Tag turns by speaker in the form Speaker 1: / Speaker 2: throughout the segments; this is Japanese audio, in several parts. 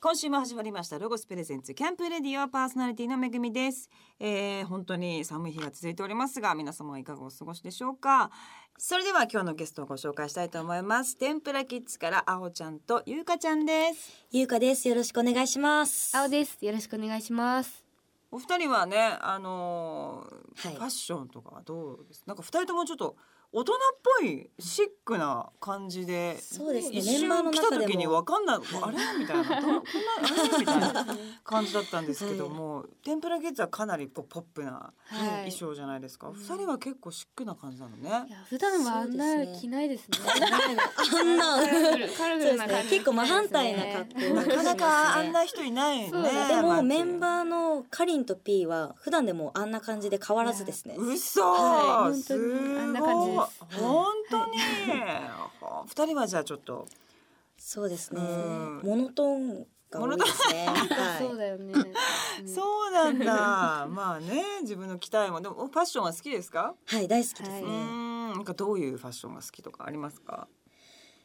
Speaker 1: 今週も始まりましたロゴスプレゼンツキャンプレディオパーソナリティのめぐみです、えー、本当に寒い日が続いておりますが皆様はいかがお過ごしでしょうかそれでは今日のゲストをご紹介したいと思います天ぷらキッズからあおちゃんとゆうかちゃんです
Speaker 2: ゆうかです。よろしくお願いします。
Speaker 3: 青です。よろしくお願いします。
Speaker 1: お二人はねあのー
Speaker 2: はい
Speaker 1: ファッションとかはどうですなんか二人ともちょっと大人っぽいシックな感じで
Speaker 2: そうですね
Speaker 1: 一
Speaker 2: メンバー
Speaker 1: 瞬
Speaker 2: の
Speaker 1: 来た
Speaker 2: 中でも
Speaker 1: 時に分かんない、あれみたいなどんこんなあれみたいな感じだったんですけども、天ぷらキッズはかなりこうポップな
Speaker 2: は
Speaker 1: 衣
Speaker 2: い
Speaker 1: 装じゃないですか、二人は結構シックな感じなのね
Speaker 3: いや普段はあん
Speaker 2: そう
Speaker 3: な
Speaker 2: ですね
Speaker 3: 着ないですね。
Speaker 2: あんな
Speaker 3: カラフルカラフ
Speaker 2: そうです
Speaker 3: ルな感
Speaker 2: ね
Speaker 3: じ。
Speaker 2: 結構真反対な格好
Speaker 3: ですね
Speaker 1: なかなかあんな人いない
Speaker 3: そ
Speaker 1: よ
Speaker 3: う
Speaker 1: ね
Speaker 3: だ
Speaker 2: でもメン
Speaker 1: ー
Speaker 2: バーのかりんと P は普段でもあんな感じで変わらずですね。
Speaker 1: 嘘、
Speaker 3: はい
Speaker 1: すごい
Speaker 3: 本当にあんな感じで
Speaker 1: 本当に、は 二人はじゃあちょっと
Speaker 2: そうですね。
Speaker 1: うん
Speaker 2: モノトーンが多いですね。
Speaker 3: そう
Speaker 2: は
Speaker 3: だよね。うん
Speaker 1: そうなんだまあね自分の着たいもんでもファッションは好きですか、
Speaker 2: い、はい、大好きですね。
Speaker 1: う
Speaker 3: は
Speaker 1: ーん
Speaker 3: い
Speaker 1: なんかどういうファッションが好きとかありますか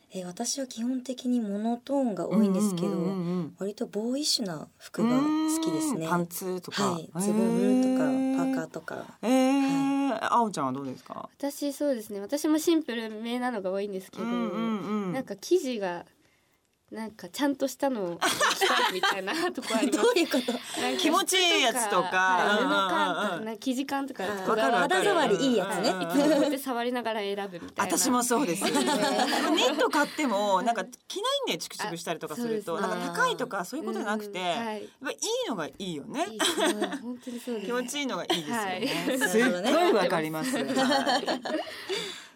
Speaker 2: えー私は基本的にモノトーンが多いんですけど、
Speaker 1: うんうんうん
Speaker 2: 割とボーイッシュな服が好きです
Speaker 1: うー
Speaker 2: ね。
Speaker 1: んパ
Speaker 2: は
Speaker 1: ンツとか、
Speaker 2: い、ズボンとかパーカー
Speaker 1: とか
Speaker 2: とか。
Speaker 1: えーあおちゃんはどうですか
Speaker 3: 私そうですね。私もシンプルめなのが多いんですけど、
Speaker 1: うん
Speaker 3: なんか生地がなんかちゃんとしたのを着たいみたいなとこあ り
Speaker 2: ど
Speaker 3: ます。
Speaker 2: ういうこと？
Speaker 3: なんか
Speaker 1: 気持ちいいやつとか
Speaker 3: はい
Speaker 1: うんうんうん
Speaker 3: 布感とかなんか生地感とか
Speaker 2: あー
Speaker 3: こだわって
Speaker 2: 肌触りいいやつね
Speaker 1: うんうんうん
Speaker 3: いつもこうやって触りながら選ぶみたいな。
Speaker 1: 私もそうですニ ット買ってもなんか着ないんだよチクチクしたりとかすると
Speaker 3: あ
Speaker 1: な
Speaker 2: そうんです
Speaker 1: か高いとかそういうことじゃなくて、
Speaker 3: うん
Speaker 1: やっ
Speaker 3: は
Speaker 1: ぱ
Speaker 3: い。
Speaker 1: いいのがいいよね
Speaker 3: いいですね本当にそうですね。
Speaker 1: 気持ちいいのがいいですよ
Speaker 3: は
Speaker 1: ね。
Speaker 3: い
Speaker 1: すっごいわかります。 はい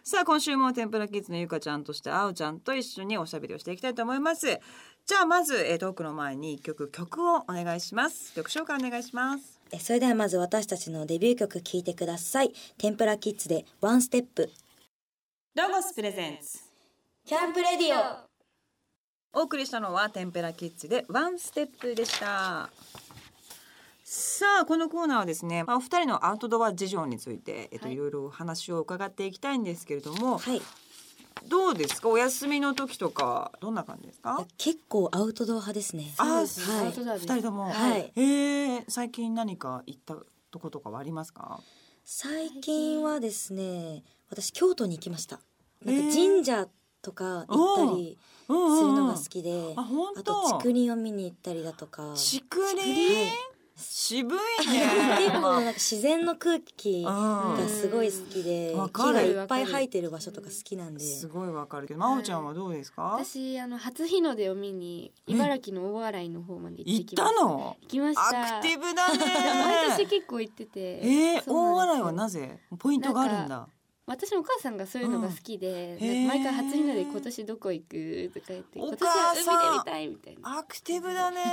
Speaker 1: さあ今週も天ぷらキッズのゆかちゃんとしてあおちゃんと一緒におしゃべりをしていきたいと思います。じゃあまずえートークの前に一曲曲をお願いします。曲紹介お願いします。
Speaker 2: えそれではまず私たちのデビュー曲聴いてください。天ぷらキッズでワンステップ。
Speaker 1: ロゴスプレゼンツ。
Speaker 2: キャンプレディオ。
Speaker 1: お送りしたのは天ぷらキッズでワンステップでした。さあこのコーナーはですね、まあお二人のアウトドア事情について、えっと、
Speaker 3: はい
Speaker 1: いろいろお話を伺っていきたいんですけれども、
Speaker 2: はい。
Speaker 1: どうですかお休みの時とかどんな感じですか
Speaker 2: いや結構アウトドア派ですね。
Speaker 1: あ
Speaker 3: そう
Speaker 1: あ、
Speaker 3: ですね
Speaker 1: は、
Speaker 2: はいい
Speaker 1: 二人とも。
Speaker 2: はい
Speaker 1: ええ最近何か行ったとことかはありますか。
Speaker 2: 最近はですね、私京都に行きました。
Speaker 1: え
Speaker 2: なん
Speaker 1: ー
Speaker 2: か神社とか行ったり
Speaker 1: うん
Speaker 2: するのが好
Speaker 1: 好き。
Speaker 2: きで、
Speaker 1: あ、本
Speaker 2: あ
Speaker 1: 当。
Speaker 2: と竹林を見に行ったりだとか、
Speaker 1: 竹林。
Speaker 2: はい
Speaker 1: 渋い
Speaker 2: 結構なん
Speaker 1: ね。
Speaker 2: か自然の空気が
Speaker 1: う
Speaker 2: すごい好きで、
Speaker 1: うんわか
Speaker 2: 木
Speaker 1: る
Speaker 2: がいっぱい生えてる場所とか好きなん
Speaker 1: ん。
Speaker 2: で、
Speaker 1: すごいわかるけど、まおちゃんはどうですか。
Speaker 3: 私あの初日の出を見に
Speaker 1: うん
Speaker 3: 茨城の大洗の方まで行
Speaker 1: 行
Speaker 3: っ
Speaker 1: って
Speaker 3: きま
Speaker 1: た
Speaker 3: した。
Speaker 1: の。
Speaker 3: 行きました。
Speaker 1: アクティブだ
Speaker 3: いや 毎年
Speaker 1: ね。
Speaker 3: 結構行ってて。
Speaker 1: ええ、
Speaker 3: そう
Speaker 1: 大
Speaker 3: なんです
Speaker 1: 洗
Speaker 3: よ
Speaker 1: はなぜ、ポイントがあるんだ。
Speaker 3: 私のお母さんがそういうのが好きで、
Speaker 1: うんへー
Speaker 3: なんか毎回初日の出今年どこ行くとか言って、
Speaker 1: お
Speaker 3: 今年
Speaker 1: 母
Speaker 3: は
Speaker 1: さん
Speaker 3: 海で見たいみたいな。
Speaker 1: アクティブ だね。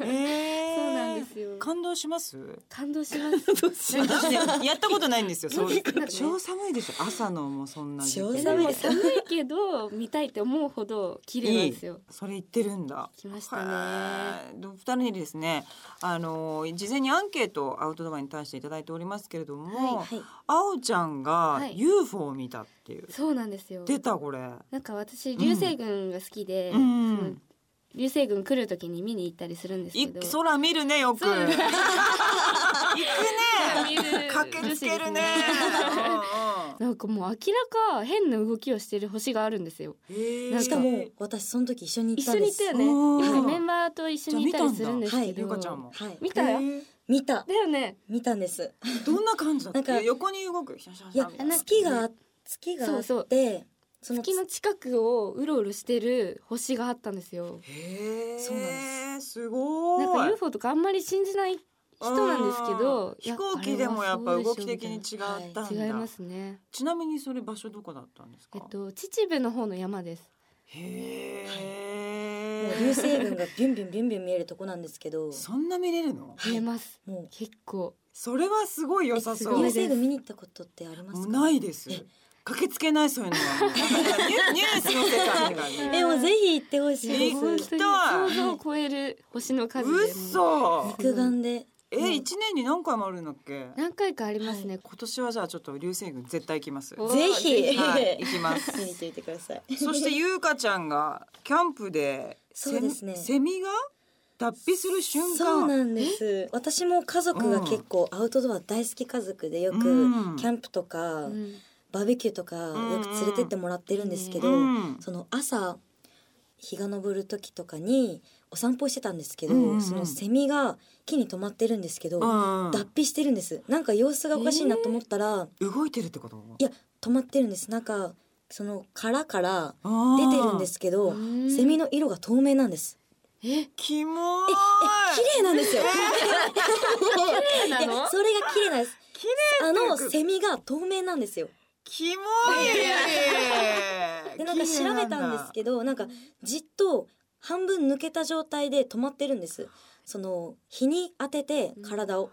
Speaker 1: ええ。
Speaker 3: そうなんですよ。
Speaker 1: 感動します。
Speaker 3: 感動 します。
Speaker 1: なんかねやったことないんですよ。そういう
Speaker 3: なんかね
Speaker 1: 超寒いでしょ。朝のもうそんな時期。
Speaker 2: 超
Speaker 3: 寒
Speaker 2: 寒
Speaker 3: い寒いけど見たいって思うほど綺麗なんですよ。
Speaker 1: それ言ってるんだ。
Speaker 3: 来ましたね。
Speaker 1: はい。で二人にですね、あの事前にアンケートをアウトドアに対していただいておりますけれども、
Speaker 2: はい。
Speaker 1: あおちゃんが
Speaker 3: はい
Speaker 1: UFO を見たっていう。
Speaker 3: そうなんですよ。
Speaker 1: 出たこれ。
Speaker 3: なんか私流星群が好きで、
Speaker 1: うん
Speaker 3: その流星群来る時に見に行ったりするんです
Speaker 1: い
Speaker 3: けど。
Speaker 1: 空見るねよく。
Speaker 3: そ う
Speaker 1: 行くね。
Speaker 3: 見る
Speaker 1: 駆けつけるね。
Speaker 3: なんかもう明らか変な動きをしてる星があるんですよ。
Speaker 1: うんうん
Speaker 3: なん
Speaker 2: しかも私その時一緒に行っ
Speaker 3: 一
Speaker 2: た
Speaker 3: 緒
Speaker 2: ん
Speaker 3: に
Speaker 2: で
Speaker 3: 行
Speaker 2: す。
Speaker 3: ったよ
Speaker 1: うん
Speaker 3: ね。やっぱメンバーと一緒にいたりするんですけ
Speaker 2: じ
Speaker 3: ど。
Speaker 1: ゆかちゃんも。
Speaker 2: はい。
Speaker 3: 見たよ。
Speaker 1: え
Speaker 2: 見た。
Speaker 3: だよね。
Speaker 2: 見たんです。
Speaker 1: どんな感じだっ
Speaker 2: なん
Speaker 1: た？
Speaker 2: か
Speaker 1: 横に動く。シャシャ
Speaker 2: い
Speaker 1: シャ
Speaker 2: や
Speaker 1: みたいな
Speaker 2: 月が月があってそ
Speaker 3: そ
Speaker 2: うの
Speaker 3: 月の近くをうろうろしてる星があったんですよ。
Speaker 1: へえ。
Speaker 2: そうなん
Speaker 1: です。すごい。
Speaker 3: なんか UFO とかあんまり信じない人なんですけ
Speaker 1: うん
Speaker 3: ど、い
Speaker 1: 飛
Speaker 3: や
Speaker 1: 行機でもやっぱ動き的に違
Speaker 3: あ
Speaker 1: ったんだ。
Speaker 3: れはそうでしょみたいな違いますね。
Speaker 1: ちなみにそれ場所どこだったんですか
Speaker 3: え。っと秩父の方の山です。
Speaker 1: へ
Speaker 2: もう流
Speaker 1: え。
Speaker 2: 星群がビュンビュンビュンビュン見えるとこなんですけど、
Speaker 1: そんな見れるの？
Speaker 3: 見えます。
Speaker 2: もう
Speaker 3: 結構
Speaker 1: それはすごい良さ
Speaker 2: 流
Speaker 1: そ
Speaker 3: え
Speaker 1: う。
Speaker 2: 星群見に行ったことってありま
Speaker 1: も
Speaker 2: す
Speaker 1: う
Speaker 2: か？
Speaker 1: ないです。駆けつけないそういうのは。なんかニ ュニュースの世界がね。
Speaker 2: えもうぜひ行ってほしい
Speaker 1: 行
Speaker 3: 本
Speaker 2: です。
Speaker 3: 当に想像を超える星の数でもう
Speaker 1: 嘘。
Speaker 2: 肉眼で
Speaker 1: え一年に何回もあるんだっけ？
Speaker 3: 何回かありますね。
Speaker 1: 今年はじゃあちょっと流星群絶対行きます。
Speaker 3: お
Speaker 2: ぜひ
Speaker 1: はい、行きます。
Speaker 2: 見に行ってみてください。
Speaker 1: そしてゆうかちゃんがキャンプで
Speaker 2: そうですね
Speaker 1: セミセミが脱皮する瞬間
Speaker 2: そうなんです私も家族が結構アウトドア大好き家族でよく
Speaker 1: うん
Speaker 2: キャンプとか
Speaker 3: うん
Speaker 2: バーベキューとか
Speaker 1: ん
Speaker 2: よく連れてってもらってるんですけど
Speaker 1: うん
Speaker 2: その朝日が昇る時とかにお散歩してたんですけど、
Speaker 1: うんうんうん
Speaker 2: そのセミが木に止まってるんですけど、
Speaker 1: うん
Speaker 2: 脱皮してるんですなんか様子がおかしいなと思ったら、
Speaker 1: 動いてるってこと
Speaker 2: いや止まってるんですなんかその殻から
Speaker 1: あ
Speaker 2: 出
Speaker 1: ー
Speaker 2: てるんですけど
Speaker 3: うん
Speaker 2: セミの色が透明なんです
Speaker 3: え
Speaker 1: キモい
Speaker 2: ええ綺麗なんですよ、
Speaker 3: 綺 麗
Speaker 2: い
Speaker 3: なの
Speaker 2: やそれが綺麗なんです
Speaker 1: 綺
Speaker 2: あの
Speaker 1: 麗
Speaker 2: セミが透明なんですよ
Speaker 1: キモい
Speaker 2: でなんか調べたんですけどなんかじっと半分抜けた状態で止まってるんですその日に当てて体を、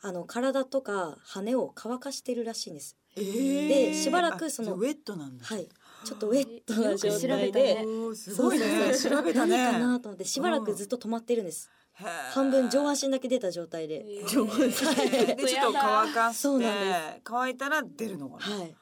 Speaker 2: あの体とか羽を乾かしてるらしいんです
Speaker 1: ど
Speaker 2: でしばらくその
Speaker 1: ウェットなんだ
Speaker 2: はいちょっとウェットな状態
Speaker 3: よく調べた
Speaker 2: で
Speaker 3: ね
Speaker 1: おーす
Speaker 2: そ
Speaker 1: ご
Speaker 2: う
Speaker 1: いね
Speaker 2: そうそう
Speaker 1: 調べた
Speaker 2: 何かな
Speaker 1: ね
Speaker 2: と思ってしばらくずっと止まってるんです、
Speaker 1: へー
Speaker 2: 半分上半身だけ出た状態で、
Speaker 3: えー
Speaker 1: 上半身でちょっと乾かし
Speaker 2: そう
Speaker 1: て
Speaker 2: なん
Speaker 1: 乾いたら出るのかな
Speaker 2: はい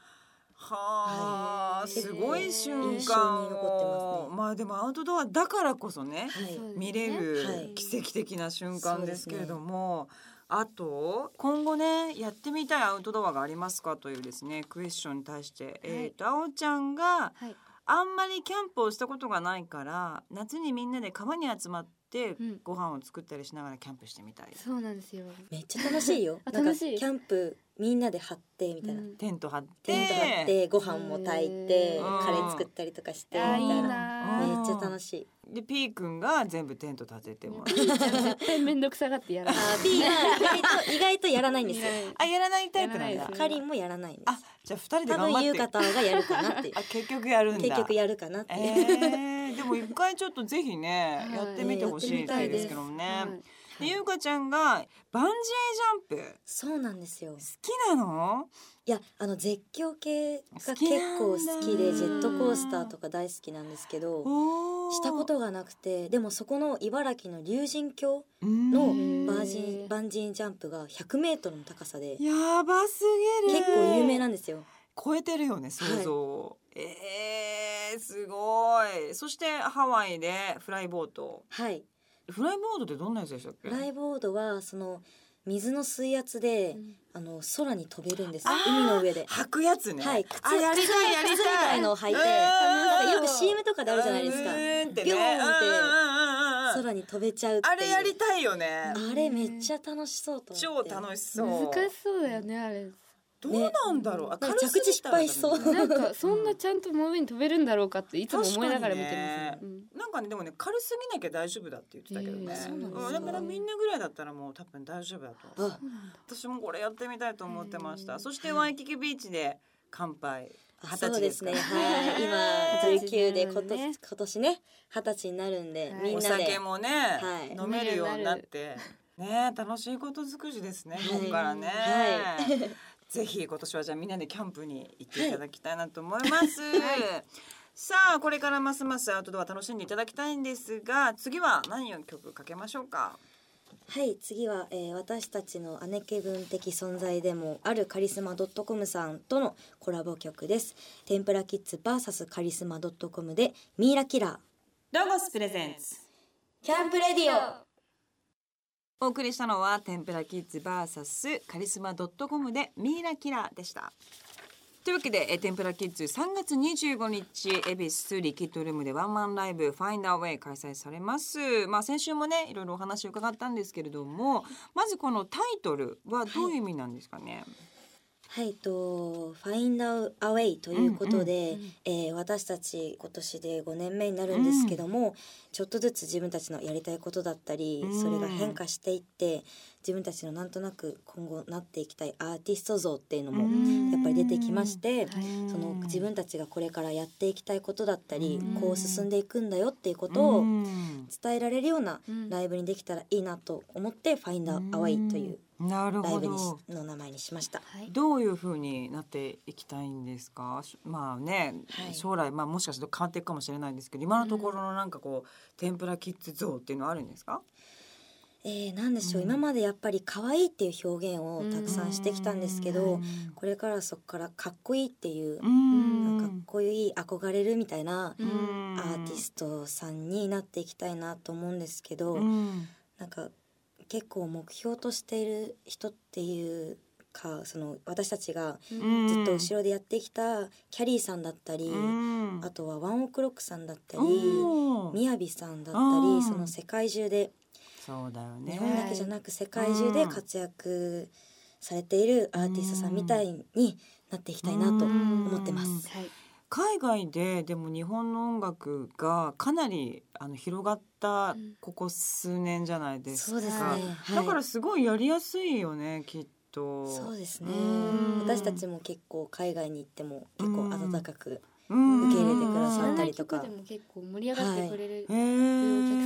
Speaker 1: はあ、
Speaker 3: はい
Speaker 1: すごい瞬
Speaker 2: 印
Speaker 1: 間
Speaker 2: 象
Speaker 1: を
Speaker 2: に残ってますね
Speaker 1: まあでもアウトドアだからこそね
Speaker 2: はい
Speaker 3: そうですね
Speaker 1: 見れ
Speaker 2: は
Speaker 1: る
Speaker 2: い
Speaker 1: 奇跡的な瞬間ですけれども、あと今後ねやってみたいアウトドアがありますかというですねクエスチョンに対して、えっ、とあおちゃんが
Speaker 3: はい
Speaker 1: あんまりキャンプをしたことがないから夏にみんなで川に集まって
Speaker 3: うん
Speaker 1: ご飯を作ったりしながらキャンプしてみたい、
Speaker 3: そうなんですよ
Speaker 2: めっちゃ楽しいよ
Speaker 3: あ
Speaker 2: なんか
Speaker 3: 楽し
Speaker 2: キ
Speaker 3: い
Speaker 2: ャンプみんなで張ってみたいな、
Speaker 3: うん
Speaker 1: テント張って
Speaker 2: テント張ってご飯も炊いて
Speaker 1: うん
Speaker 2: カレー作ったりとかしてみ
Speaker 3: あ
Speaker 2: た
Speaker 3: ーいい
Speaker 2: いな
Speaker 3: な
Speaker 1: ー
Speaker 2: めっちゃ楽しい
Speaker 1: で P 君が全部テント立ててもらう
Speaker 3: 絶対面倒くさがってやら
Speaker 2: あ
Speaker 3: ない
Speaker 2: ー P が意外と意外とやらないんですよ
Speaker 1: あやらないタイプなん
Speaker 3: やら
Speaker 1: だ
Speaker 3: ないです
Speaker 2: かりんもやらないんです
Speaker 1: あじゃあ二人で
Speaker 2: 多
Speaker 1: 頑
Speaker 2: 分
Speaker 1: 張
Speaker 2: ゆ
Speaker 1: っ
Speaker 2: う
Speaker 1: て
Speaker 2: かたがやるかなってい う
Speaker 1: あ結局やるんだ
Speaker 2: 結局やるかなっていう、
Speaker 1: えー、でも一回ちょっとぜひね、
Speaker 3: はい
Speaker 1: やってみてほしいですけどもね、
Speaker 3: はい
Speaker 1: でゆうかちゃんがバンジージャンプ
Speaker 2: そうなんですよ
Speaker 1: 好きなの
Speaker 2: いやあの絶叫系が
Speaker 1: 好
Speaker 2: 結
Speaker 1: きなんだ
Speaker 2: 構好きでジェットコースターとか大好きなんですけど
Speaker 1: おー
Speaker 2: したことがなくてでもそこの茨城の竜神峡の
Speaker 1: の
Speaker 2: バージ
Speaker 3: へー
Speaker 2: ンバンジージャンプが100メートルの高さで
Speaker 1: やばすぎる
Speaker 2: 結構有名
Speaker 1: な
Speaker 2: なんですよ。
Speaker 1: 超えてるよね想像を、えー、すごいそしてハワイでフライボート
Speaker 2: はい。
Speaker 1: フライボードってどんなやつでしたっけ
Speaker 2: フライボードはその水の水圧で、
Speaker 3: うん
Speaker 2: あの空に飛べるんです
Speaker 1: あー
Speaker 2: 海の上で。
Speaker 1: 履くやつね
Speaker 2: はい靴
Speaker 1: あやりたいやりたい
Speaker 2: 靴みたいのを履いて
Speaker 1: うん
Speaker 2: なんかよく CM とかであるじゃないですか
Speaker 1: うーんってね
Speaker 2: ビョーンっ
Speaker 1: う
Speaker 2: て
Speaker 1: んうんうんうん
Speaker 2: 空に飛べちゃうっていう。
Speaker 1: あれやりたいよね。
Speaker 2: あれめっちゃ楽しそうと思
Speaker 1: 超
Speaker 2: って。
Speaker 1: 楽しそう。
Speaker 3: 難しそうだよねあれ
Speaker 1: どうなんだろう。あ軽すぎたら
Speaker 2: 着地失敗しそう
Speaker 1: ダメだね
Speaker 3: なんかそんなちゃんと真上に飛べるんだろうかっていつも思いながら見てま
Speaker 1: 確
Speaker 3: す、ね
Speaker 1: なんかねでもね軽すぎなきゃ大丈夫だって言ってたけどね
Speaker 3: えー。
Speaker 2: そうなんです
Speaker 1: う
Speaker 2: ね
Speaker 1: んだからみんなぐらいだったらもう多分大丈夫だと思う
Speaker 2: あ。
Speaker 1: 私もこれやってみたいと思ってました。
Speaker 3: うん
Speaker 1: そしてワイキキビーチで乾杯。
Speaker 2: あ
Speaker 1: 二十
Speaker 2: そう
Speaker 1: 歳
Speaker 2: で
Speaker 1: ですす
Speaker 2: ね。
Speaker 1: か。
Speaker 2: は
Speaker 1: ね
Speaker 2: い。今19で今
Speaker 3: そうで
Speaker 2: 年
Speaker 3: すね
Speaker 2: 今年ね二十歳になるんで、
Speaker 3: はい
Speaker 2: みん
Speaker 1: お
Speaker 2: なで。
Speaker 1: 酒もね、
Speaker 2: はい
Speaker 1: 飲めるようにな って。ね楽しいこと尽くしですね、
Speaker 2: はい
Speaker 1: ここからね、
Speaker 2: は
Speaker 1: ぜひ今年はじゃあみんなでキャンプに行っていただきたいなと思い ます、さあこれからますますアウトドア楽しんでいただきたいんですが次は何を曲かけましょうか
Speaker 2: はい次は、えー私たちの姉気分的存在でもあるカリスマ .com さんとのコラボ曲です天ぷらキッズ VS カリスマ .com でミイラキラー
Speaker 1: ロゴスプレゼンツ
Speaker 2: キャンプレディオ
Speaker 1: お送りしたのは天ぷらキッズバーサスカリスマドットコムでミイラキラーでした。というわけでえ天ぷらキッズ3月25日恵比寿リキッドルームでワンマンライブファインダーウェイ開催されます。まあ先週もねいろいろお話を伺ったんですけれども、まずこのタイトルはどういう意味なんですかね。
Speaker 2: はいと「ファインダーアウェイ」ということで、えー私たち今年で5年目になるんですけども、ちょっとずつ自分たちのやりたいことだったり、
Speaker 1: うん
Speaker 2: それが変化していって自分たちのなんとなく今後なっていきたいアーティスト像っていうのもやっぱり出てきまして、
Speaker 3: はい
Speaker 2: その自分たちがこれからやっていきたいことだったり、
Speaker 1: うん
Speaker 2: こう進んでいくんだよっていうこと
Speaker 1: と
Speaker 2: を伝えられるような
Speaker 3: うん
Speaker 2: ライブにできたらいいなと思って「ファインダーアワイという
Speaker 1: なる
Speaker 2: ライ
Speaker 1: ほ
Speaker 2: ブにし
Speaker 1: ど。
Speaker 2: の名前にしました。
Speaker 3: はい
Speaker 1: どういう風になっていきたいんですか。しまあね、
Speaker 2: はい
Speaker 1: 将来まあもしかすると変わっていくかもしれないんですけど、今のところのなんかこう、天ぷらキッズ像っていうのはあるんですか。
Speaker 2: えー、なんでしょう、
Speaker 1: うん
Speaker 2: 今までやっぱり可愛いっていう表現をたくさんしてきたんですけど、
Speaker 1: うん
Speaker 2: これからはそこからかっこいいっていう、
Speaker 1: うん
Speaker 2: なんかかっこいい憧れるみたいな
Speaker 3: うん
Speaker 2: アーティストさんになっていきたいなと思うんですけど、
Speaker 1: うん
Speaker 2: なんか結構目標としている人っていうかその私たちが
Speaker 1: うん
Speaker 2: ずっと後ろでやってきたキャリーさんだったり、
Speaker 1: うん
Speaker 2: あとはワンオクロックさんだったり。
Speaker 1: おー
Speaker 2: みやびさんだった
Speaker 1: あー
Speaker 2: りその世界中で
Speaker 1: そうだよね
Speaker 2: 日本だけじゃなく世界中で活躍されているアーティストさんみたいになっていきたいなと思ってま
Speaker 1: うん
Speaker 2: す。
Speaker 3: はい
Speaker 1: 海外ででも日本の音楽がかなりあの広がった
Speaker 3: うん
Speaker 1: ここ数年じゃないです
Speaker 2: そ
Speaker 1: か、
Speaker 2: うですね。はい
Speaker 1: だからすごいやりやすいよねきっと
Speaker 2: そうですね
Speaker 1: うん。
Speaker 2: 私たちも結構海外に行っても結構温かく、
Speaker 1: うん
Speaker 2: 受け入れてくださったりとか
Speaker 3: 知らない曲でも結構盛り上がってくれ
Speaker 1: へ
Speaker 3: る、お客さ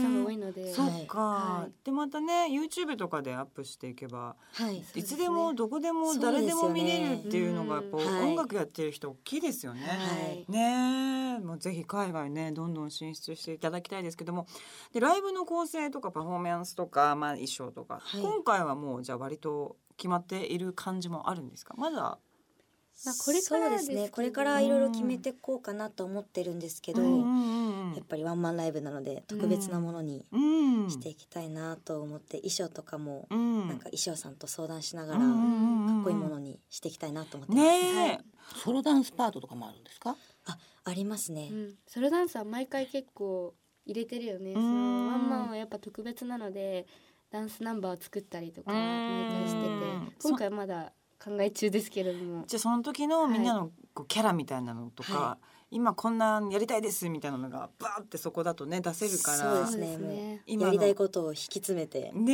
Speaker 3: んが多
Speaker 1: ー
Speaker 3: いので、
Speaker 1: そっか、
Speaker 3: はい
Speaker 1: でまたね YouTube とかでアップしていけば、
Speaker 2: はい。
Speaker 3: う
Speaker 1: い
Speaker 3: です
Speaker 1: つ
Speaker 3: ね
Speaker 1: でもどこでも誰でも見れるっていうのがやっぱ
Speaker 2: そうですよねうん
Speaker 1: 音楽やってる人大きいですよね。
Speaker 2: はい
Speaker 1: ねえもうぜひ海外ねどんどん進出していただきたいですけどもでライブの構成とかパフォーマンスとか、まあ、衣装とか、
Speaker 2: はい
Speaker 1: 今回はもうじゃあ割と決まっている感じもあるんですかまだ
Speaker 3: まあこれか
Speaker 2: そ
Speaker 3: ら
Speaker 2: う
Speaker 3: で
Speaker 2: ですす
Speaker 3: けど
Speaker 2: ね。これからいろいろ決めていこうかなと思ってるんですけど、
Speaker 1: うん
Speaker 2: や
Speaker 1: うん
Speaker 2: っぱりワンマンライブなので特別なものに
Speaker 1: うんうん
Speaker 2: していきたいなと思って、衣装とかも
Speaker 1: うん
Speaker 2: なんか衣装さんと相談しながら
Speaker 1: うんうんうんうん
Speaker 2: かっこいいものにしていきたいなと思ってます。
Speaker 1: ねえ、
Speaker 3: はい
Speaker 4: ソロダンスパートとかもあるんですか
Speaker 2: あ、ありますね
Speaker 3: う。ん、ソロダンスは毎回結構入れてるよね。そのワンマンはやっぱ特別なのでダンスナンバーを作ったりとか
Speaker 1: うん
Speaker 3: 毎回してて
Speaker 1: そう
Speaker 3: 今回まだ考え中ですけれども
Speaker 1: じゃあその時のみんなのこうキャラみたいなのとか、
Speaker 2: は
Speaker 1: 今こんなんやりたいですみたいなのがバーってそこだとね出せるから
Speaker 2: そうです
Speaker 3: そ
Speaker 2: ね。
Speaker 3: うですね
Speaker 2: もう
Speaker 1: 今の
Speaker 2: やりたいことを引き詰めて。
Speaker 1: ね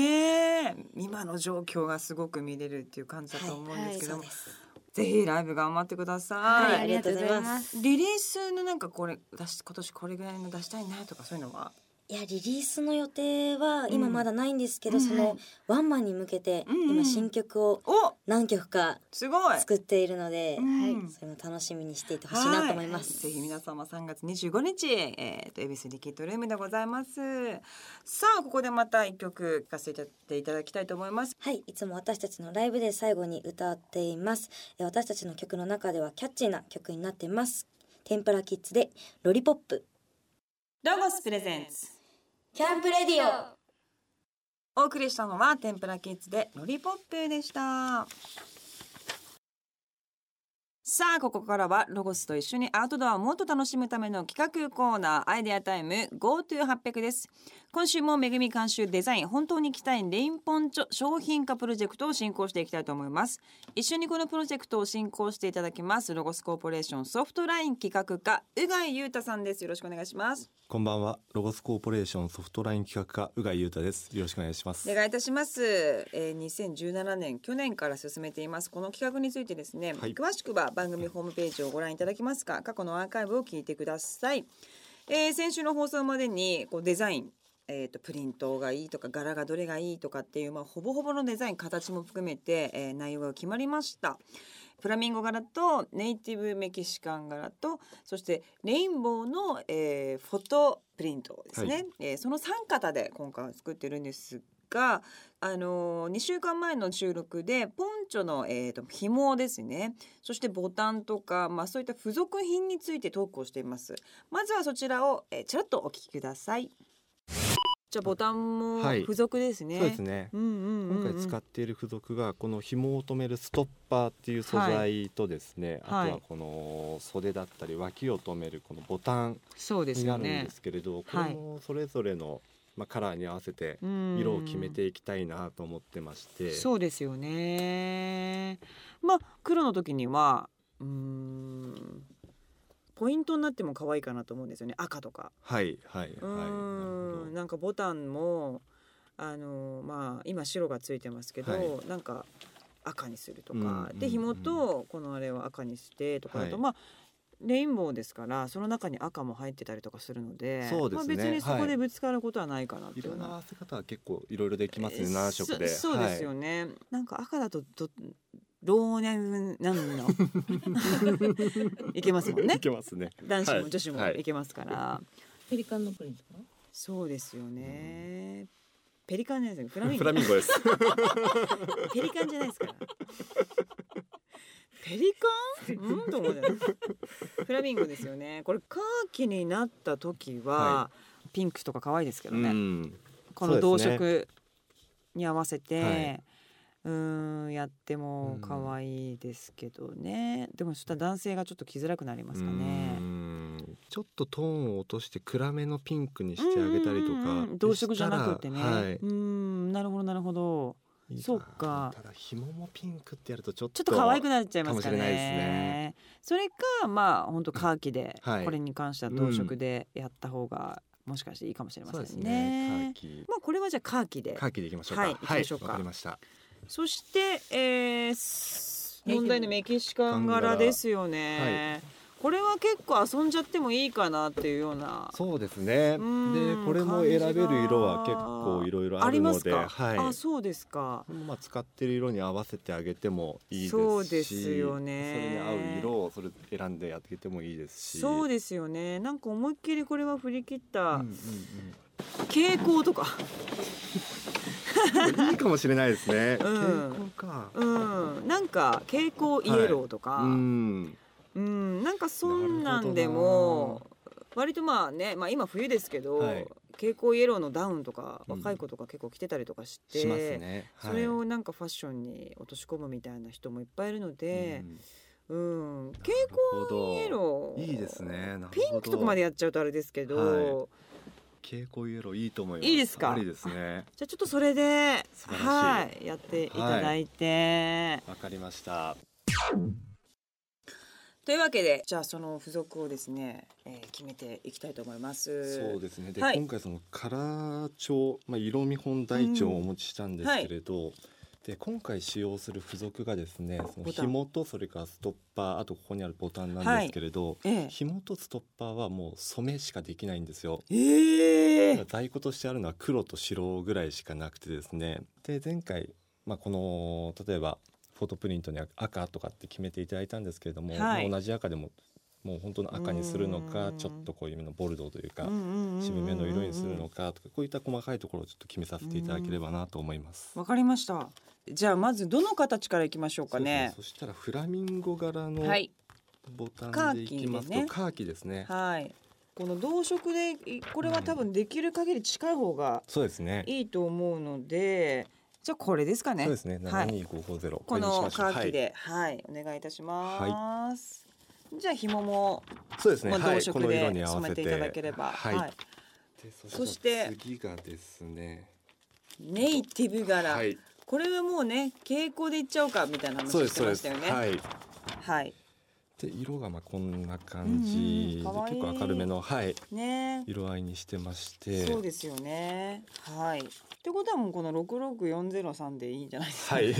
Speaker 1: え今の状況がすごく見れるっていう感じだと思うんですけど
Speaker 2: そ
Speaker 1: も、
Speaker 2: うです。
Speaker 1: ぜひライブ頑張ってください、
Speaker 3: はいありがとうございます。
Speaker 1: リリースのなんかこれ出し今年これぐらいの出したいなとかそういうのはい
Speaker 2: やリリースの予定は今まだないんですけど、
Speaker 1: うん
Speaker 2: そのワンマンに向けて
Speaker 1: うんうん
Speaker 2: 今新曲を
Speaker 1: お
Speaker 2: 何曲か
Speaker 1: すごい
Speaker 2: 作っているので、
Speaker 1: うん
Speaker 3: はい
Speaker 2: それも楽しみにしていてほしいなと思います。
Speaker 1: はいぜひ皆様3月25日、えー、と恵比寿リキッドルームでございますさあここでまた一曲聴かせていただきたいと思います
Speaker 2: はい、いつも私たちのライブで最後に歌っています。え私たちの曲の中ではキャッチーな曲になっています。天ぷらキッズでロリポップ。
Speaker 1: ロゴスプレゼンツ
Speaker 2: キャンプレディオ。
Speaker 1: お送りしたのは天ぷらキッズでロリポップでしたさあここからはロゴスと一緒にアウトドアをもっと楽しむための企画コーナーアイデアタイム GoTo800 です今週もめぐみ監修デザイン本当に着たいレインポンチョ商品化プロジェクトを進行していきたいと思います一緒にこのプロジェクトを進行していただきますロゴスコーポレーションソフトライン企画課宇賀井裕太さんですよろしくお願いします
Speaker 5: こんばんは。ロゴスコーポレーションソフトライン企画課宇賀裕太です。よろしくお願いします。
Speaker 1: お願いいたします、えー、2017年去年から進めていますこの企画についてですね、
Speaker 5: はい
Speaker 1: 詳しくは番組ホームページをご覧いただきますか過去のアーカイブを聞いてください、えー、先週の放送までにこうデザインえー、とプリントがいいとか柄がどれがいいとかっていう、まあ、ほぼほぼのデザイン形も含めて、えー、内容が決まりましたフラミンゴ柄とネイティブメキシカン柄とそしてレインボーの、えーフォトプリントですね、
Speaker 5: はい
Speaker 1: えーその3型で今回は作ってるんですが、あのー、2週間前の収録でポンチョの、えー、と紐ですねそしてボタンとか、まあ、そういった付属品についてトークをしていますまずはそちらを、えー、ちらっとお聞きくださいじゃあボタンも
Speaker 5: はい
Speaker 1: 付属ですね、
Speaker 5: そうですね。
Speaker 1: うんうんうんうん、
Speaker 5: 今回使っている付属がこの紐を留めるストッパーっていう素
Speaker 1: は
Speaker 5: 材とですね、
Speaker 1: はい
Speaker 5: あとはこの袖だったり脇を留めるこのボタン
Speaker 1: そうです
Speaker 5: にな
Speaker 1: よ
Speaker 5: るん
Speaker 1: ね
Speaker 5: ですけれど、こ
Speaker 1: はい
Speaker 5: れもそれぞれのまあカラーに合わせて色
Speaker 1: 色
Speaker 5: を決めていきたいなと思ってまして、
Speaker 1: そうですよね。まあ黒の時にはうーんポイントになっても可愛いかなと思うんですよね赤とか。
Speaker 5: はいはいはい。なる
Speaker 1: うーん
Speaker 5: ほど。
Speaker 1: なんかボタンもあのまあ今白がついてますけど、
Speaker 5: は
Speaker 1: なんか赤にすると
Speaker 5: うんうん
Speaker 1: か、
Speaker 5: うん
Speaker 1: で紐とこのあれは赤にしてとかだと、
Speaker 5: はい
Speaker 1: まあレインボーですからその中に赤も入ってたりとかするので
Speaker 5: そうですね
Speaker 1: まあ、別にそこ
Speaker 5: は
Speaker 1: で
Speaker 5: い
Speaker 1: ぶつかることはないかなっていう
Speaker 5: 色
Speaker 1: の
Speaker 5: の
Speaker 1: は
Speaker 5: 合わせ方は結構いろいろできますね。7色で。
Speaker 1: そそうですよ
Speaker 5: はい
Speaker 1: ね、なんか赤だとど老年なん のいけますもんね
Speaker 5: いけますね。
Speaker 1: 男子
Speaker 5: は
Speaker 1: も
Speaker 5: い
Speaker 1: 女子も
Speaker 5: はい
Speaker 1: いけますから、
Speaker 4: ペリカンのプリントかな
Speaker 1: そうですよね、ペリカンじゃないですよフラミン
Speaker 6: フ
Speaker 1: ゴ
Speaker 6: ラミンゴ です。
Speaker 1: ペリカンじゃないです から。ペリカン？うんと思うじゃない。フラミンゴですよね。これカーキになった時は、
Speaker 5: は
Speaker 1: ピンクとか可愛いですけど
Speaker 6: う
Speaker 1: ね。
Speaker 6: ん。
Speaker 1: この動色に合わせて。う
Speaker 5: は
Speaker 1: んやっても可愛いですけどね、でもちょっと男性がちょっと着づらくなりますかね
Speaker 5: うーんちょっとトーンを落として暗めのピンクにしてあげたりと
Speaker 1: うんうん
Speaker 5: か
Speaker 1: うん同色じゃなくてね、
Speaker 5: したらはい
Speaker 1: うんなるほどなるほど
Speaker 5: いいな
Speaker 1: そうか
Speaker 5: ただ紐もピンクってやるとちょっと
Speaker 1: ちょっと可愛くなっちゃいますかね。
Speaker 5: かもしれないですね
Speaker 1: それかまあ本当カーキで、
Speaker 5: はい
Speaker 1: これに関しては同色でやった方が、もしかしていいかもしれませ
Speaker 5: そうんで
Speaker 1: ね。
Speaker 5: すねカーキ
Speaker 1: まあこれはじゃあカーキで。
Speaker 5: カーキでいきましょうか
Speaker 1: はい行きましょうか
Speaker 5: わかりました
Speaker 1: そして、えーす問題のメキシカン柄ですよね。これは結構遊んじゃってもいいかなっていうような。
Speaker 5: そうですねで
Speaker 1: うん
Speaker 5: これも選べる色は結構いろいろある
Speaker 1: あ
Speaker 5: ので
Speaker 1: りますか。
Speaker 5: はい
Speaker 1: あそうですか。
Speaker 5: このまあ使ってる色に合わせてあげてもいいですし
Speaker 1: そうですよね
Speaker 5: それに合う色をそれ選んでやっててもいいですし
Speaker 1: そう
Speaker 5: で
Speaker 1: ですよね。なんか思いっきりこれは振り切っ
Speaker 5: う
Speaker 1: た
Speaker 5: んうん
Speaker 1: 傾向とか。
Speaker 5: うん、いいかもしれないですね、
Speaker 1: うん
Speaker 5: 健康か
Speaker 1: うん、なんか蛍光イエローとか、
Speaker 5: うん
Speaker 1: うん、なんかそんなんでも割とまあね、まあ、今冬ですけど、
Speaker 5: はい
Speaker 1: 蛍光イエローのダウンとか
Speaker 5: うん
Speaker 1: 若い子とか結構着てたりとかして、
Speaker 5: しますね、はい
Speaker 1: それをなんかファッションに落とし込むみたいな人もいっぱいいるので、うん蛍光イエロ
Speaker 5: なるほど
Speaker 1: ー
Speaker 5: いいですねなるほど
Speaker 1: ピンクとかまでやっちゃうとあれですけど、
Speaker 5: は蛍光イエローいいと思います
Speaker 1: いいですか
Speaker 5: ありですね
Speaker 1: じゃあちょっとそれで
Speaker 5: 素晴らしい
Speaker 1: はいやっていただいて。
Speaker 5: わかりました
Speaker 1: というわけでじゃあその付属をですね、えー決めていきたいと思います。
Speaker 5: そうですねで、
Speaker 1: はい
Speaker 5: 今回そのカラー帳、まあ、色見本台帳をお持ちしたんですけれど、で今回使用する付属がですねその
Speaker 1: ボタン
Speaker 5: 紐とそれからストッパーあとここにあるボタンなんですけれど、
Speaker 1: え
Speaker 5: 紐とストッパーはもう染めしかできないんですよ。
Speaker 1: えええ
Speaker 5: 在庫としてあるのは黒と白ぐらいしかなくてですねで前回、まあ、この例えばフォトプリントに赤とかって決めていただいたんですけれども、
Speaker 1: はい
Speaker 5: まあ同じ赤でももう本当の赤にするの
Speaker 1: う
Speaker 5: か
Speaker 1: ん
Speaker 5: ちょっとこういうのボルドーというか渋
Speaker 1: 渋
Speaker 5: めの色にするのかとかこういった細かいところをちょっと決めさせていただければなと思います。
Speaker 1: わかりましたじゃあまずどの形からいきましょうかね
Speaker 5: そうですねそしたらフラミンゴ柄の
Speaker 1: はい
Speaker 5: ボタンでいきます
Speaker 1: カーキで
Speaker 5: と、
Speaker 1: ね
Speaker 5: カーキですね。
Speaker 1: はいこの同色でいこれは多分できる限り近い方が
Speaker 5: そうですね。
Speaker 1: いいと思うのでじゃあこれですかね
Speaker 5: そうですね。
Speaker 1: は
Speaker 5: 七
Speaker 1: い
Speaker 5: 二五五ゼロ。
Speaker 1: この
Speaker 5: れにしましょ
Speaker 1: カ
Speaker 5: う
Speaker 1: ーキ。ではい、お願いいたします、じゃあ紐も
Speaker 5: はいそうですね。
Speaker 1: まあ
Speaker 5: はい
Speaker 1: 同色
Speaker 5: この色
Speaker 1: で
Speaker 5: に合わ
Speaker 1: 染め
Speaker 5: せ
Speaker 1: て
Speaker 5: て
Speaker 1: いただければ、
Speaker 5: はい。
Speaker 1: はい
Speaker 5: で
Speaker 1: そして
Speaker 5: 次がですね。
Speaker 1: ネイティブ柄、
Speaker 5: はい。
Speaker 1: これはもうね傾向でいっちゃおうかみたいな話
Speaker 5: そうで
Speaker 1: し
Speaker 5: す
Speaker 1: て
Speaker 5: そう
Speaker 1: ま
Speaker 5: で
Speaker 1: した
Speaker 5: す。
Speaker 1: よね
Speaker 5: はい。
Speaker 1: はい
Speaker 5: で色がまあこんな感じで
Speaker 1: うんうん可愛い
Speaker 5: 結構明るめのはい
Speaker 1: ね
Speaker 5: 色合いにしてまして。
Speaker 1: そうですよねはいってことはもうこの六六四ゼロ三でいいんじゃないですか、
Speaker 5: はい。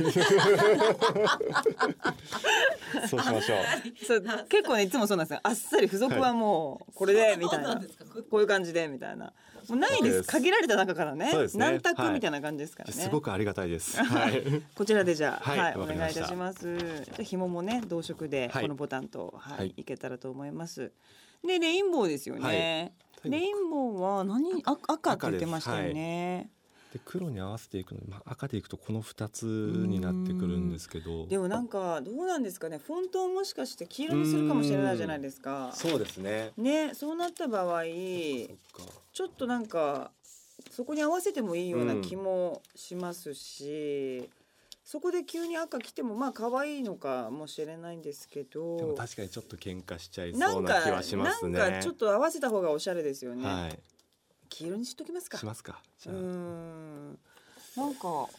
Speaker 5: そうしましょう。
Speaker 1: そう結構ねいつもそうなんですよあっさり付属はもうこれでみたいなこういう感じでみたいなもうないで
Speaker 5: そう
Speaker 1: す
Speaker 5: です
Speaker 1: 限られた中からね
Speaker 5: そうですね
Speaker 1: 何択みたいな感じですからね、
Speaker 5: すごくありがたいです。はい。
Speaker 1: こちらでじゃあ、は
Speaker 5: はいい
Speaker 1: お
Speaker 5: わかり
Speaker 1: 願
Speaker 5: ま
Speaker 1: いい
Speaker 5: した
Speaker 1: たします。じゃあ紐もね同色で
Speaker 5: はい
Speaker 1: このボタンと、はい
Speaker 5: はい
Speaker 1: い、けたらと思います。でレインボーですよね。
Speaker 5: はい
Speaker 1: レインボーは何あ赤って言ってましたよね。
Speaker 5: で黒に合わせていくので、まあ、赤でいくとこの2つになってくるんですけど
Speaker 1: でもなんかどうなんですかねフォントをもしかして黄色にするかもしれないじゃないですか。
Speaker 5: そうですね
Speaker 1: ねそうなった場合
Speaker 5: そっか
Speaker 1: ちょっとなんかそこに合わせてもいいような気
Speaker 5: うん
Speaker 1: もしますし。そこで急に赤来てもまあ可愛いのかもしれないんですけど
Speaker 5: でも確かにちょっと喧嘩しちゃい
Speaker 1: な
Speaker 5: そ
Speaker 1: ん
Speaker 5: う
Speaker 1: か
Speaker 5: な気はしますね
Speaker 1: なんかちょっと合わせた方がおしゃれですよね。
Speaker 5: はい
Speaker 1: 黄色にしときますか。
Speaker 5: しますかじ
Speaker 1: う
Speaker 5: ゃあ、
Speaker 1: ーん。なんかこ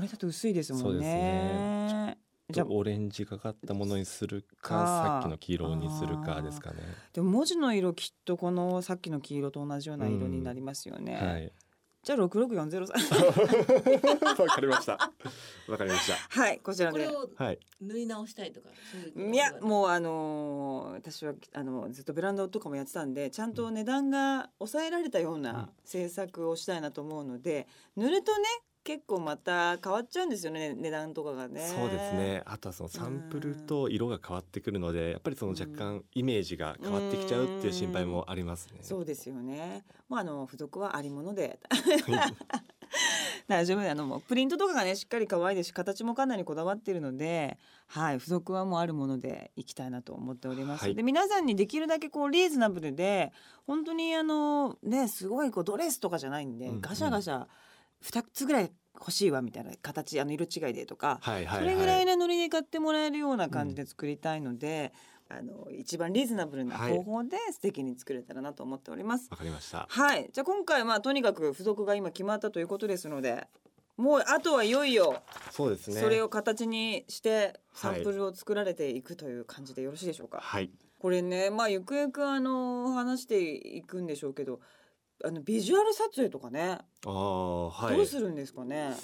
Speaker 1: れだと薄いです
Speaker 5: そ
Speaker 1: も
Speaker 5: うんです
Speaker 1: ね
Speaker 5: ね。
Speaker 1: じゃあ
Speaker 5: オレンジがかったものにするか
Speaker 1: か
Speaker 5: さっきの黄色にするかですかね
Speaker 1: でも文字の色きっとこのさっきの黄色と同じような色になりますよね。
Speaker 5: はい
Speaker 1: じゃあ六六四ゼロ三
Speaker 5: わかりましたわかりまし
Speaker 1: はいこちら
Speaker 4: これ
Speaker 1: で。
Speaker 4: を
Speaker 5: たはい
Speaker 4: 縫い直したいとか。そううことはい
Speaker 1: やもうあのー私はあのずっとベランダとかもやってたんでちゃんと値段が抑えられたよう
Speaker 5: うん
Speaker 1: な制作をしたいなと思うので塗るとね結構また変わっちゃうんですよね値段とかがね。
Speaker 5: そうですねあとはそのサンプルと色が変わってくるのでやっぱりその若干イメージが変わってきちゃうっていう心配もありますね
Speaker 1: そうですよね。まああの付属はありもので、大丈夫だあのもうプリントとかがねしっかり可愛いですし形もかなりこだわっているので、はい、付属はもうあるものでいきたいなと思っております、
Speaker 5: はい
Speaker 1: で皆さんにできるだけこうリーズナブルで本当にあのねすごいこうドレスとかじゃないんで、
Speaker 5: うんうん
Speaker 1: ガシャガシャ2つぐらい欲しいわみたいな形あの色違いでとか、
Speaker 5: はいはいはい
Speaker 1: それぐらいのノリで買ってもらえるような感じで作りたいので、あの一番リーズナブルな方法で素敵に作れたらなと思っております。
Speaker 5: わかりました
Speaker 1: はい、じゃあ今回まあとにかく付属が今決まったということですので、もうあとはいよいよ
Speaker 5: そうですね
Speaker 1: それを形にしてサ
Speaker 5: はい
Speaker 1: ンプルを作られていくという感じでよろしいでしょうか。
Speaker 5: はい
Speaker 1: これね、まあゆくゆくあの話していくんでしょうけど、あのビジュアル撮影とかね、
Speaker 5: ああはい
Speaker 1: どうするんですかね。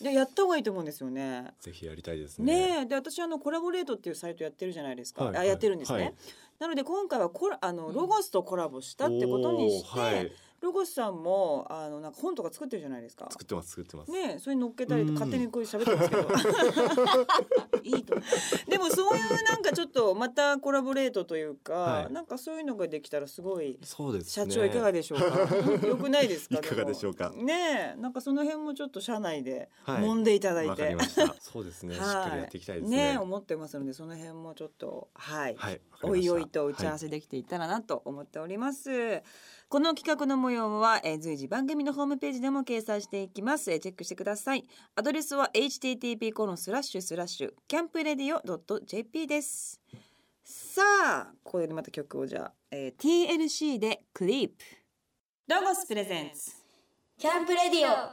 Speaker 1: でやった方がいいと思うんですよね。
Speaker 5: ぜひやりたいですね
Speaker 1: ねえで私あのコラボレートっていうサイトやってるじゃないですか、
Speaker 5: はい
Speaker 1: あやってるんですね、
Speaker 5: はい
Speaker 1: なので今回はコラあのロゴスとコラボしたってことにして、
Speaker 5: おーはい、
Speaker 1: ロゴスさんもあのなんか本とか作ってるじゃないですか。
Speaker 5: 作ってます作ってます、
Speaker 1: ねえそれに乗っけたり
Speaker 5: う
Speaker 1: と
Speaker 5: ん
Speaker 1: 勝手にこう喋ってますけ ど
Speaker 4: いいと思う。
Speaker 1: でもそういうなんかちょっとまたコラボレートというか、
Speaker 5: はい
Speaker 1: なんかそういうのができたらすごい
Speaker 5: そうです
Speaker 1: 社
Speaker 5: ね
Speaker 1: 長いかがでしょうか、 よくないですか
Speaker 5: いかがでしょうか
Speaker 1: もねえなんかその辺もちょっと社内で
Speaker 5: はい
Speaker 1: 揉んでいただい
Speaker 5: わ
Speaker 1: て、
Speaker 5: かりましたそうですねしっ
Speaker 1: はい
Speaker 5: かりやっていきたいです
Speaker 1: ね
Speaker 5: ね
Speaker 1: え思ってますのでその辺もちょっとはい、
Speaker 5: はいわかりました
Speaker 1: おいおいと打ち合わ
Speaker 5: は
Speaker 1: せできていたらなと思っております、この企画の模様は、えー随時番組のホームページでも掲載していきます、えーチェックしてくださいアドレスは http コロンスラッシュスラッシュキャンプレディオ .jp ですさあここでまた曲をじゃあ、えー TLC でクリープロゴスプレゼンツ
Speaker 2: キャンプレディ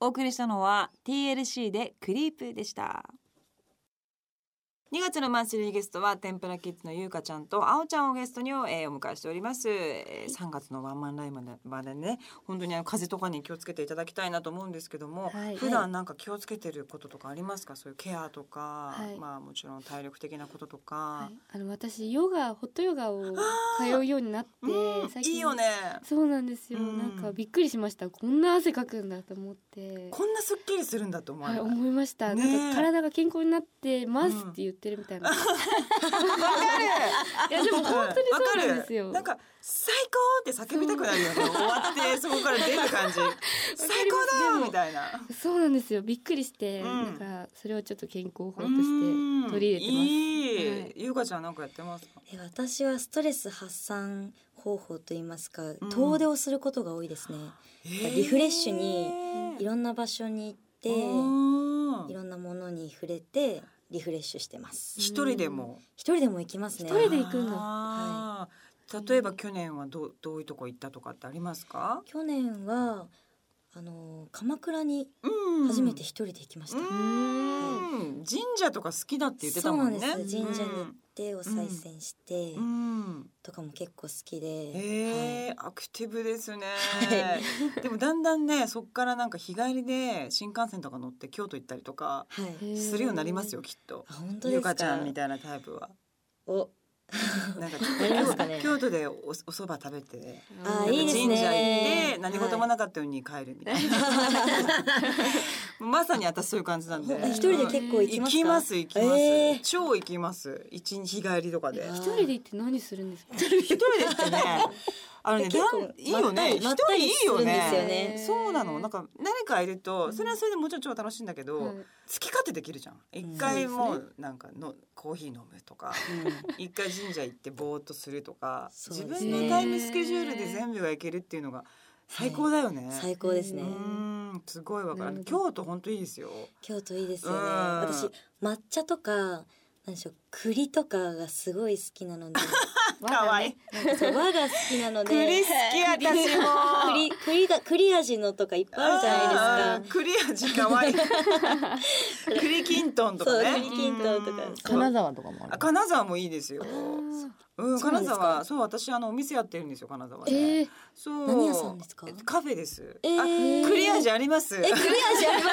Speaker 2: オ
Speaker 1: お送りしたのは TLC でクリープでした2月のマンスリーゲストは天ぷらキッズのゆうかちゃんとあおちゃんをゲストにお,、えーお迎えしております、えー3月のワンマンライブまでね本当にあの風邪とかに気をつけていただきたいなと思うんですけども、
Speaker 3: はい
Speaker 1: 普段なんか気をつけてることとかありますかそういうケアとか、
Speaker 3: はい
Speaker 1: まあもちろん体力的なことと
Speaker 3: は
Speaker 1: か、
Speaker 3: いあの私ヨガホットヨガを通うようになって
Speaker 1: うんいいよね
Speaker 3: そうなんですよ、
Speaker 1: うん
Speaker 3: なんかびっくりしましたこんな汗かくんだと思って
Speaker 1: こんなすっきりするんだと思わ
Speaker 3: は
Speaker 1: ないい、
Speaker 3: 思いました、
Speaker 1: ねえ
Speaker 3: なんか体が健康になってます
Speaker 1: うん
Speaker 3: って言ってるみたいな、
Speaker 1: い
Speaker 3: いやでも 本当にそうなんですよ
Speaker 1: なんか最高って叫びたくなるよね。終わってそこから出る 感じ。最高だよみたいな。
Speaker 3: そうなんですよびっくりして、
Speaker 1: うん
Speaker 3: なんかそれをちょっと健康法として
Speaker 1: うん
Speaker 3: 取り入れてます
Speaker 1: い。
Speaker 3: はい
Speaker 1: ゆうかちゃんなんかやってますか。
Speaker 2: え私はストレス発散方法といいますか遠出をすることが多いですね、リフレッシュにい
Speaker 1: っ
Speaker 2: ろんな場所に行ってい
Speaker 1: て
Speaker 2: ろんなものに触れてリフレッシュしてます
Speaker 1: 一人でも
Speaker 2: 一人でも行きますね
Speaker 3: 一人で行くんだ
Speaker 1: だ。例えば去年はどうどういうとこ行ったとかってありますか。
Speaker 2: 去年はあの鎌倉に
Speaker 1: うん
Speaker 2: 初めて一人で行きました、
Speaker 1: うん。神社とか好きだって言ってたもんね。
Speaker 2: そうなんです神社に行っ
Speaker 1: う
Speaker 2: てお賽銭して
Speaker 1: んうん。
Speaker 2: とかも結構好きで、
Speaker 1: えーアクティブですね、
Speaker 2: は
Speaker 1: でもだんだんねそっからなんか日帰りで新幹線とか乗って京都行ったりとか
Speaker 2: はい、はい、
Speaker 3: へえ
Speaker 1: するようになりますよきっと
Speaker 2: あ本当で
Speaker 1: ゆ
Speaker 2: す
Speaker 1: か
Speaker 2: か
Speaker 1: ちゃんみたいなタイプは
Speaker 2: お
Speaker 1: なんか
Speaker 2: あ りますかね
Speaker 1: 京都でおお蕎麦食べて
Speaker 2: あ
Speaker 1: なんか
Speaker 2: いいですね
Speaker 1: 神社行って何事も
Speaker 2: はい
Speaker 1: なかったように帰るみたいな、もうまさに私そういう感じなんで
Speaker 2: え一人で結構行き
Speaker 1: 行
Speaker 2: ますか
Speaker 1: きます行きます、
Speaker 2: えー
Speaker 1: 超行きます一日日帰りとかで
Speaker 2: あー
Speaker 3: 一人で行って何するんですか
Speaker 1: 一人で ってねあのね
Speaker 2: 結構
Speaker 1: なんいいよね一
Speaker 2: まった
Speaker 1: 人
Speaker 2: り
Speaker 1: いいよ
Speaker 2: まったりする
Speaker 1: ね
Speaker 2: んですよね
Speaker 1: そうなのなんか誰かいるとそれはそれでもちろん超楽しいんだけど、
Speaker 3: はい
Speaker 1: 好き勝手できるじゃん一
Speaker 3: そう
Speaker 1: 回
Speaker 3: ですね
Speaker 1: もうなんかのコーヒー飲むとか一回神社行ってぼーっとするとか、
Speaker 2: そう
Speaker 1: 自
Speaker 2: ですね
Speaker 1: 分のタイムスケジュールで全部がいけるっていうのが最高だよね、
Speaker 2: 最高ですね
Speaker 1: うーんすごいわか
Speaker 3: なる
Speaker 1: る
Speaker 3: ほど
Speaker 1: 京都本当いいですよ
Speaker 2: 京都いいですよね
Speaker 1: うん
Speaker 2: 私抹茶とか何でしょう栗とかがすごい好きなので
Speaker 1: かわいい
Speaker 2: そう和が好きなので
Speaker 1: 栗好き 私も
Speaker 2: 栗栗が栗味のとかいっぱいあるじゃないですか
Speaker 1: すか栗味かわ いい栗きんとんとかね
Speaker 2: そう栗きんとんとか
Speaker 1: うん
Speaker 2: 金
Speaker 6: 沢とかも
Speaker 1: あ金沢もいいですよ。うん、
Speaker 2: そう
Speaker 1: 金
Speaker 2: なんですか
Speaker 1: 沢、そう、私、あの、お店やってるんですよ、金沢
Speaker 3: え
Speaker 1: で。
Speaker 3: ー
Speaker 1: そう。
Speaker 2: 何屋さんですか
Speaker 1: カフェです。
Speaker 2: えー
Speaker 1: あ、クリアじゃあります。
Speaker 2: え栗味ありま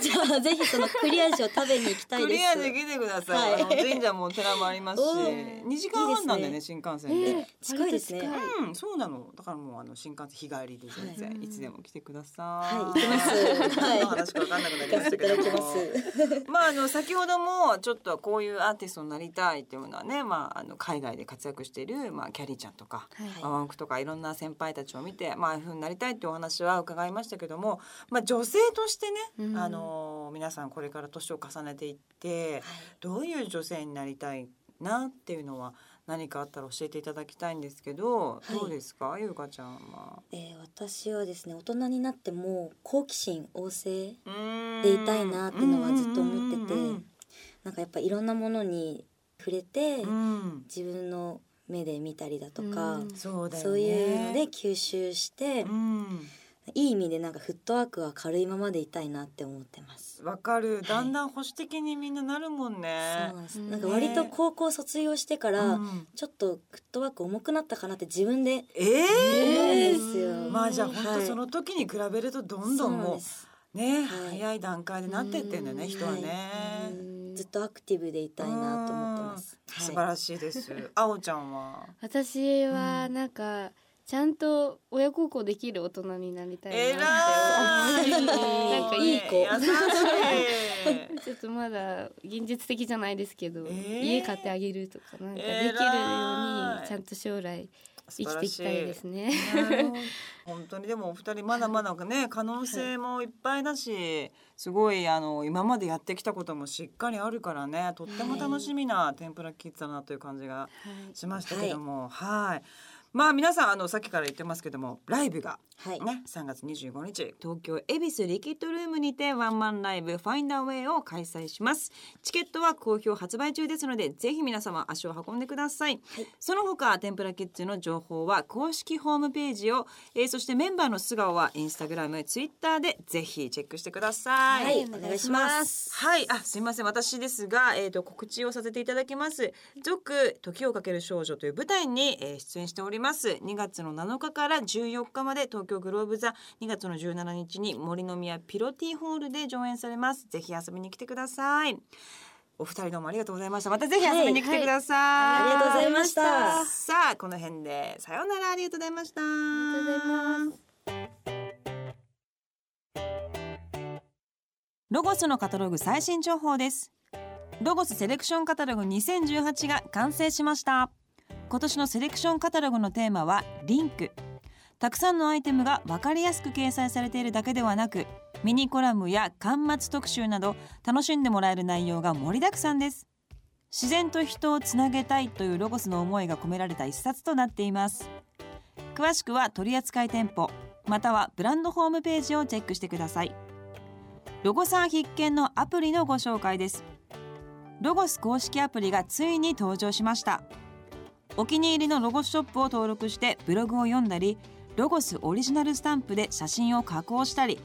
Speaker 2: すじゃあぜひその栗味を食べに行きたいで
Speaker 1: ク
Speaker 2: す
Speaker 1: リアで来てください。
Speaker 2: はい
Speaker 1: あの神社もお寺もありますし
Speaker 3: お
Speaker 1: 2時間半なんだよね
Speaker 2: いいで
Speaker 1: 新幹線で、
Speaker 3: ね
Speaker 2: 近いですね
Speaker 3: 割と近い
Speaker 1: うんそうなのだからもうあの新幹線日帰りで全然、
Speaker 3: はい
Speaker 1: い、つでも来てください
Speaker 2: はい行 きますは
Speaker 1: 何
Speaker 2: い
Speaker 1: の話か分かんなくなり
Speaker 2: 行
Speaker 1: ま
Speaker 2: か
Speaker 1: し
Speaker 2: せ
Speaker 1: て
Speaker 2: い
Speaker 1: た
Speaker 2: た
Speaker 1: け
Speaker 2: だき
Speaker 1: ど
Speaker 2: ま
Speaker 1: も
Speaker 2: す。
Speaker 1: まああの先ほどもちょっとこういうアーティストになりたいっていうのはね、まあ、あの海外で活躍している、まあ、キャリーちゃんとか
Speaker 3: はい
Speaker 1: ワンワンクとかいろんな先輩たちを見て、まあ、ああいうふうになりたいっていうお話は伺いましたけども、まあ、女性としてね、
Speaker 3: うん
Speaker 1: あの皆さんこれから年を重ねていってどういう女性になりたいなっていうのは何かあったら教えていただきたいんですけど、
Speaker 2: い
Speaker 1: どうですかゆうかちゃんは。
Speaker 2: えー、私はですね大人になっても好奇心旺盛
Speaker 1: うーん
Speaker 2: でいたいなっていうのはずっと思ってて
Speaker 1: うんうん
Speaker 2: なんかやっぱいろんなものに触れて、
Speaker 1: うんうん
Speaker 2: 自分の目で見たりだとか、
Speaker 3: うん
Speaker 1: そうだよね
Speaker 2: そういうので吸収して、
Speaker 1: うん
Speaker 2: いい意味でなんかフットワークは軽いままでいたいなって思ってます。
Speaker 1: わかるだんだん保守的にみんななるもんね
Speaker 2: そうなんです
Speaker 3: うん
Speaker 2: なんか割と高校卒業してから、
Speaker 1: うん
Speaker 2: ちょっとフットワーク重くなったかなって自分で
Speaker 1: え
Speaker 2: 思うん
Speaker 1: え
Speaker 2: ですよ。
Speaker 3: うん
Speaker 1: まあじゃあ本
Speaker 2: は
Speaker 1: 当
Speaker 2: い
Speaker 1: その時に比べるとどんどん
Speaker 2: そうな
Speaker 1: も
Speaker 2: です
Speaker 1: うね
Speaker 2: はい
Speaker 1: 早い段階でなってってんだよね
Speaker 3: うん
Speaker 1: 人はね
Speaker 2: は
Speaker 3: う
Speaker 2: い
Speaker 3: ん
Speaker 2: ずっとアクティブでいたいなと思ってます。
Speaker 1: 素晴
Speaker 2: はい
Speaker 1: らしいですあおちゃんは
Speaker 3: 私は
Speaker 1: う
Speaker 3: なんかちゃんと親孝行できる大人になりた
Speaker 1: え
Speaker 3: い
Speaker 1: ら
Speaker 3: なって
Speaker 1: い
Speaker 3: 思う なんかいい子
Speaker 1: 優しい
Speaker 3: ちょっとまだ現実的じゃないですけど、
Speaker 1: えー
Speaker 3: 家買ってあげるとかなんかできるように
Speaker 1: えらい
Speaker 3: ちゃんと将来
Speaker 1: 素
Speaker 3: 生
Speaker 1: 晴ら
Speaker 3: きてい
Speaker 1: し
Speaker 3: きたいですね。
Speaker 1: 本当にでもお二人まだまだね可能性もいっぱいだしすごいあの今までやってきたこともしっかりあるからねとっても楽しみな天ぷらキッズだなという感じが
Speaker 3: はい
Speaker 1: しましたけどもはいまあ皆さんあのさっきから言ってますけどもライブが
Speaker 2: はい。
Speaker 1: ね3月25日東京恵比寿リキッドルームにてワンマンライブ「ファインダーウェイ」を開催しますチケットは好評発売中ですのでぜひ皆様足を運んでください、その他天ぷらキッズの情報は公式ホームページを、えーそしてメンバーの素顔はインスタグラムツイッターでぜひチェックしてください、
Speaker 2: はい、お願いします。
Speaker 1: はい、あ、すみません、私ですが、えっ、と、告知をさせていただきます。続、時をかける少女という舞台に、えー出演しております。2月の7日から14日まで、東京グローブ座。2月の17日に、森の宮ピロティホールで上演されます。ぜひ遊びに来てください。お二人どうもありがとうございました。またぜひ遊びに来てください。
Speaker 2: はいはいありがとうございました
Speaker 1: さあ、この辺で、さようなら、ありがとうございました。あ
Speaker 3: りがとうございます
Speaker 1: ロゴスのカタログ最新情報ですロゴスセレクションカタログ2018が完成しました今年のセレクションカタログのテーマはリンクたくさんのアイテムが分かりやすく掲載されているだけではなくミニコラムや巻末特集など楽しんでもらえる内容が盛りだくさんです自然と人をつなげたいというロゴスの思いが込められた一冊となっています詳しくは取扱店舗またはブランドホームページをチェックしてくださいロゴさん必見のアプリのご紹介ですロゴス公式アプリがついに登場しましたお気に入りのロゴスショップを登録してブログを読んだりロゴスオリジナルスタンプで写真を加工したり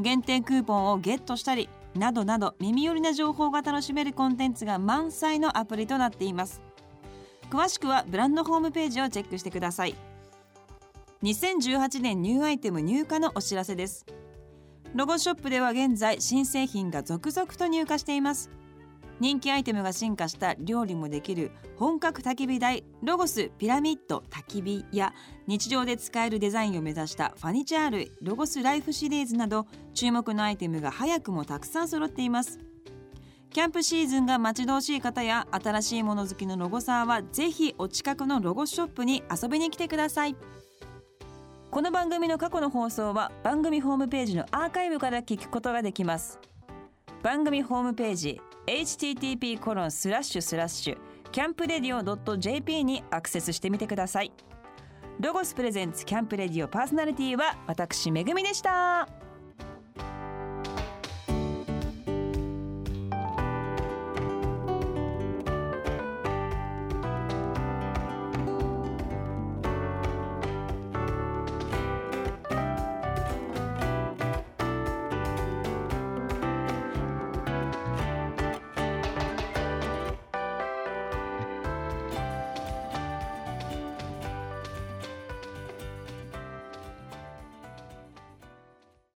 Speaker 1: 限定クーポンをゲットしたりなどなど耳寄りな情報が楽しめるコンテンツが満載のアプリとなっています詳しくはブランドホームページをチェックしてください2018年ニューアイテム入荷のお知らせですロゴショップでは現在新製品が続々と入荷しています人気アイテムが進化した料理もできる本格焚き火台ロゴスピラミッド焚き火や日常で使えるデザインを目指したファニチャールロゴスライフシリーズなど注目のアイテムが早くもたくさん揃っていますキャンプシーズンが待ち遠しい方や新しいもの好きのロゴサーはぜひお近くのロゴショップに遊びに来てくださいこの番組の過去の放送は番組ホームページのアーカイブから聞くことができます番組ホームページ http コロンスラッシュスラッシュキャンプレディオ .jp にアクセスしてみてくださいロゴスプレゼンツキャンプレディオパーソナリティは私めぐみでした